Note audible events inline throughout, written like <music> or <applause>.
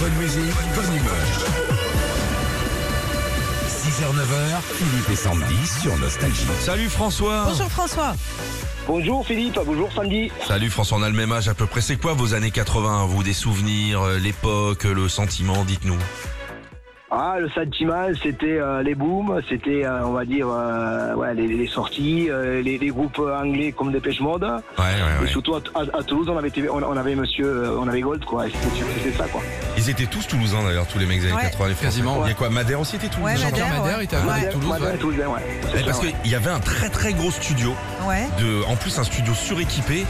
Bonne musique, bonne humeur. 6h-9h, Philippe et Sandy sur Nostalgie. Salut François Bonjour François. Bonjour Philippe, bonjour Sandy. Salut François, on a le même âge à peu près. C'est quoi vos années 80, vous Des souvenirs, euh, l'époque, le sentiment, dites-nous. Ah, le sentiment, c'était euh, les booms, c'était, euh, on va dire, euh, ouais, les, les sorties, euh, les, les groupes anglais comme Dépêche Mode. Ouais, ouais, Et ouais. surtout à, à- à Toulouse, on avait, TV on, on avait monsieur, euh, on avait Gold, quoi. Et C'était c'était ça, quoi. Ils étaient tous toulousains d'ailleurs, tous les mecs des années Ouais. 80, les Français. Quasiment. Il y a quoi Madère aussi était toulousain Ouais, Jean-Pierre Madère, Madère, Ah, ouais. il était à côté de Ouais, Toulouse. Madère, ouais. Toulousain, ouais. Eh, C'est Parce ça, ouais. qu'il y avait un très très gros studio, Ouais. de, en plus un studio suréquipé,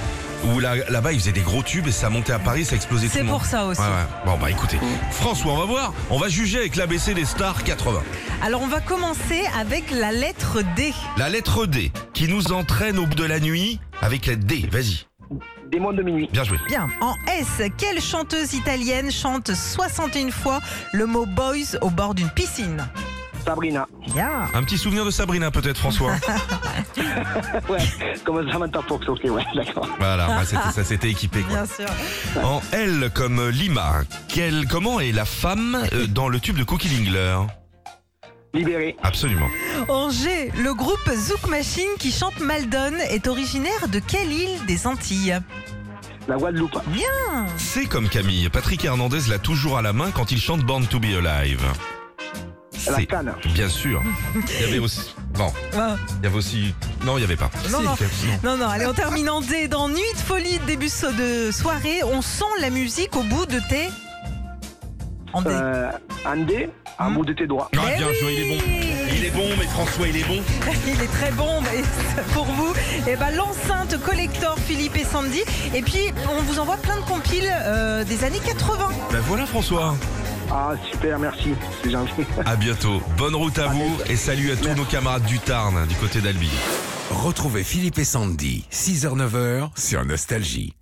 où là- là-bas ils faisaient des gros tubes et ça montait à Paris, ça explosait tout C'est le monde. pour ça aussi. Mm. Ouais, ouais. Bon bah écoutez, François, on va voir, on va juger avec l'ABC des stars 80. Alors on va commencer avec la lettre D. La lettre D qui nous entraîne au bout de la nuit avec la D. Vas-y, Des mondes de minuit. bien joué. Bien. En S, quelle chanteuse italienne chante 61 fois le mot boys au bord d'une piscine Sabrina. <laughs> Bien. Un petit souvenir de Sabrina peut-être François. <laughs> ouais, comme Samantha Fox, ok, ouais, <laughs> d'accord. voilà, ouais, c'était- ça c'était équipé quoi. Bien sûr. En L comme Lima, quelle, comment est la femme euh, dans le tube de Cookie Dingler Libéré. Absolument. En G, le groupe Zouk Machine qui chante Maldon est originaire de quelle île des Antilles La Guadeloupe. C'est comme Camille, Patrick Hernandez l'a toujours à la main quand il chante Born to be Alive. La C'est bah, Cannes. bien <laughs> sûr. Il y avait aussi. Bon, Ah, il y avait aussi. Non, il y avait pas. Non, non. Si, Non, non, allez, on termine en D. Dans Nuit de folie, début so- de soirée, on sent la musique au bout de tes. En D. Euh, Andé. Un Hmm. bout de tes doigts. Ah, Eh bien oui joué, il est bon. Il est bon, mais François, il est bon. <laughs> Il est très bon mais pour vous. Et ben l'enceinte collector Philippe et Sandy. Et puis on vous envoie plein de compiles euh, des années 80. Ben voilà, François. Ah, super, merci. C'est gentil. <laughs> À bientôt. Bonne route à vous et salut à tous nos camarades du Tarn, du côté d'Albi. Retrouvez Philippe et Sandy, 6h-9h sur Nostalgie.